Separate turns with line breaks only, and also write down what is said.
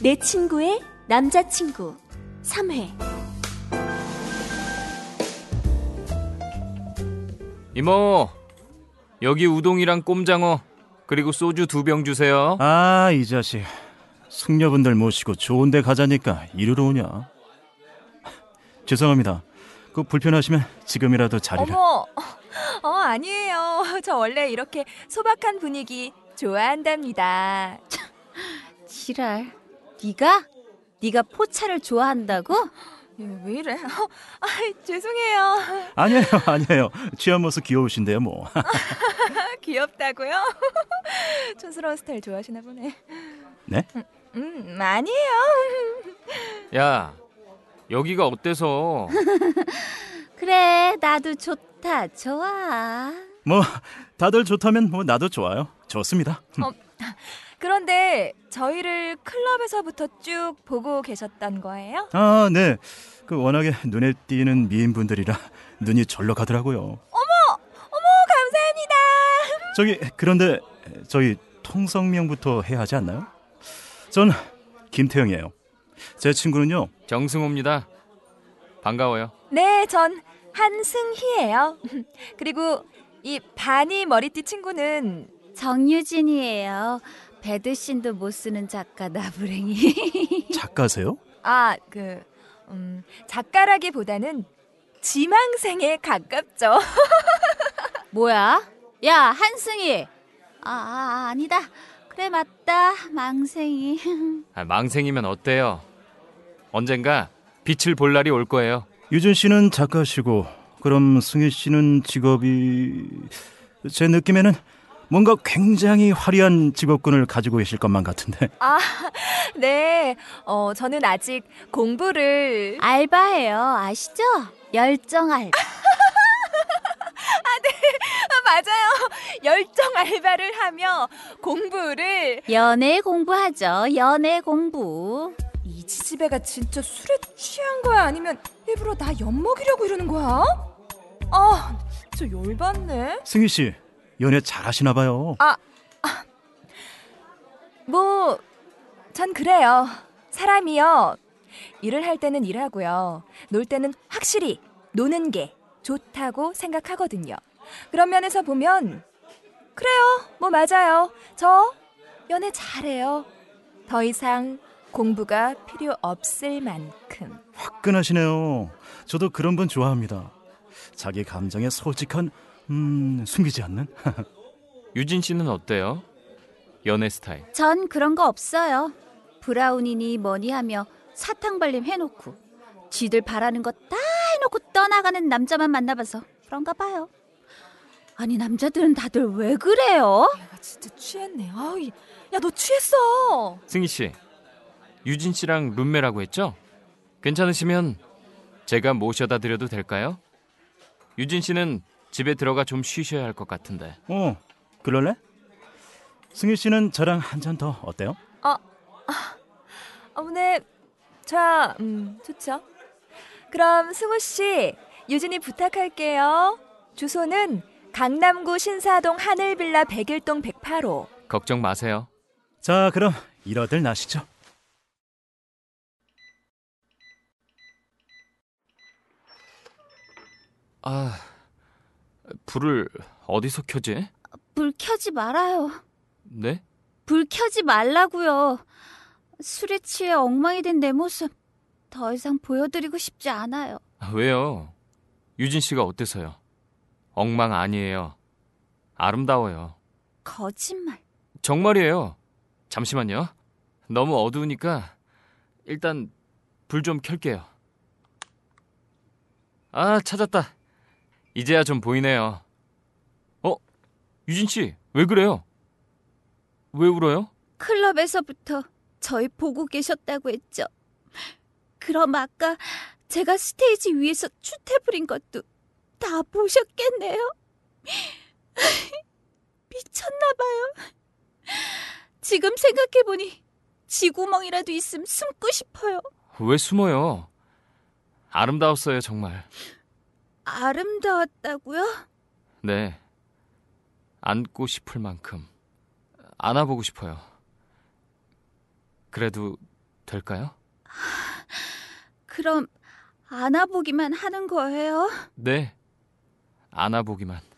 내 친구의 남자친구 3회
이모, 여기 우동이랑 꼼장어, 그리고 소주 두 병 주세요.
아, 이 자식. 숙녀분들 모시고 좋은 데 가자니까 이리로 오냐. 죄송합니다. 그 불편하시면 지금이라도 자리를.
어머, 어 아니에요. 저 원래 이렇게 소박한 분위기 좋아한답니다.
지랄. 네가? 네가 포차를 좋아한다고?
예, 왜 이래? 어, 아 죄송해요.
아니에요, 아니에요. 취한 모습 귀여우신데요, 뭐.
귀엽다고요? 촌스러운 스타일 좋아하시나 보네.
네?
음 아니에요.
야, 여기가 어때서?
그래, 나도 좋다. 좋아.
뭐 다들 좋다면 뭐 나도 좋아요. 좋습니다.
그런데 저희를 클럽에서부터 쭉 보고 계셨단 거예요?
아, 네. 그 워낙에 눈에 띄는 미인분들이라 눈이 절로 가더라고요.
어머 감사합니다.
저기 그런데 저희 통성명부터 해야 하지 않나요? 전 김태영이에요. 제 친구는요.
정승호입니다. 반가워요.
네, 전 한승희예요. 그리고 이 바니 머리띠 친구는
정유진이에요. 배드신도 못 쓰는 작가 나부랭이.
작가세요?
아 그 음, 작가라기보다는 지망생에 가깝죠.
뭐야? 야, 한승희. 아, 아, 아니다. 그래 맞다. 망생이.
아, 망생이면 어때요? 언젠가 빛을 볼 날이 올 거예요.
유준 씨는 작가시고 그럼 승희 씨는 직업이 제 느낌에는 뭔가 굉장히 화려한 직업군을 가지고 계실 것만 같은데
네, 어 저는 아직 공부를
알바예요. 아시죠? 열정 알바.
아, 맞아요. 열정 알바를 하며 공부를
연애 공부하죠. 연애 공부.
이 지지배가 진짜 술에 취한 거야 아니면 일부러 나 엿먹이려고 이러는 거야? 아, 저 열받네.
승희 씨 연애 잘하시나 봐요.
뭐, 전 그래요. 사람이요. 일을 할 때는 일하고요. 놀 때는 확실히 노는 게 좋다고 생각하거든요. 그런 면에서 보면, 그래요. 뭐 맞아요. 저 연애 잘해요. 더 이상 공부가 필요 없을 만큼.
화끈하시네요. 저도 그런 분 좋아합니다. 자기 감정에 솔직한 음 숨기지 않는
유진 씨는 어때요? 연애 스타일.
전 그런 거 없어요. 브라운이니 뭐니 하며 사탕 발림 해놓고 쥐들 바라는 거 다 해놓고 떠나가는 남자만 만나봐서 그런가 봐요. 아니 남자들은 다들 왜 그래요?
내가 아, 진짜 취했네. 아우, 이- 야, 너 취했어.
승희 씨, 유진 씨랑 룸메라고 했죠? 괜찮으시면 제가 모셔다 드려도 될까요? 유진 씨는 집에 들어가 좀 쉬셔야 할 것 같은데.
어, 그럴래? 승희 씨는 저랑 한 잔 더 어때요?
어, 네, 자, 음, 좋죠. 그럼 승우 씨, 유진이 부탁할게요. 주소는 강남구 신사동 하늘빌라 101동 108호.
걱정 마세요.
자, 그럼 일어들 나시죠.
아, 불을 어디서 켜지?
불 켜지 말아요.
네?
불 켜지 말라고요. 술에 취해 엉망이 된 내 모습 더 이상 보여드리고 싶지 않아요.
아, 왜요? 유진 씨가 어때서요? 엉망 아니에요. 아름다워요.
거짓말.
정말이에요. 잠시만요. 너무 어두우니까 일단 불 좀 켤게요. 아, 찾았다. 이제야 좀 보이네요. 어? 유진 씨, 왜 그래요? 왜 울어요?
클럽에서부터 저희 보고 계셨다고 했죠. 그럼 아까 제가 스테이지 위에서 추태 부린 것도 다 보셨겠네요. 미쳤나 봐요. 지금 생각해 보니 지구멍이라도 있음 숨고 싶어요.
왜 숨어요? 아름다웠어요, 정말.
아름다웠다고요?
네. 안고 싶을 만큼 안아보고 싶어요. 그래도 될까요?
그럼 안아보기만 하는 거예요?
네. 안아보기만.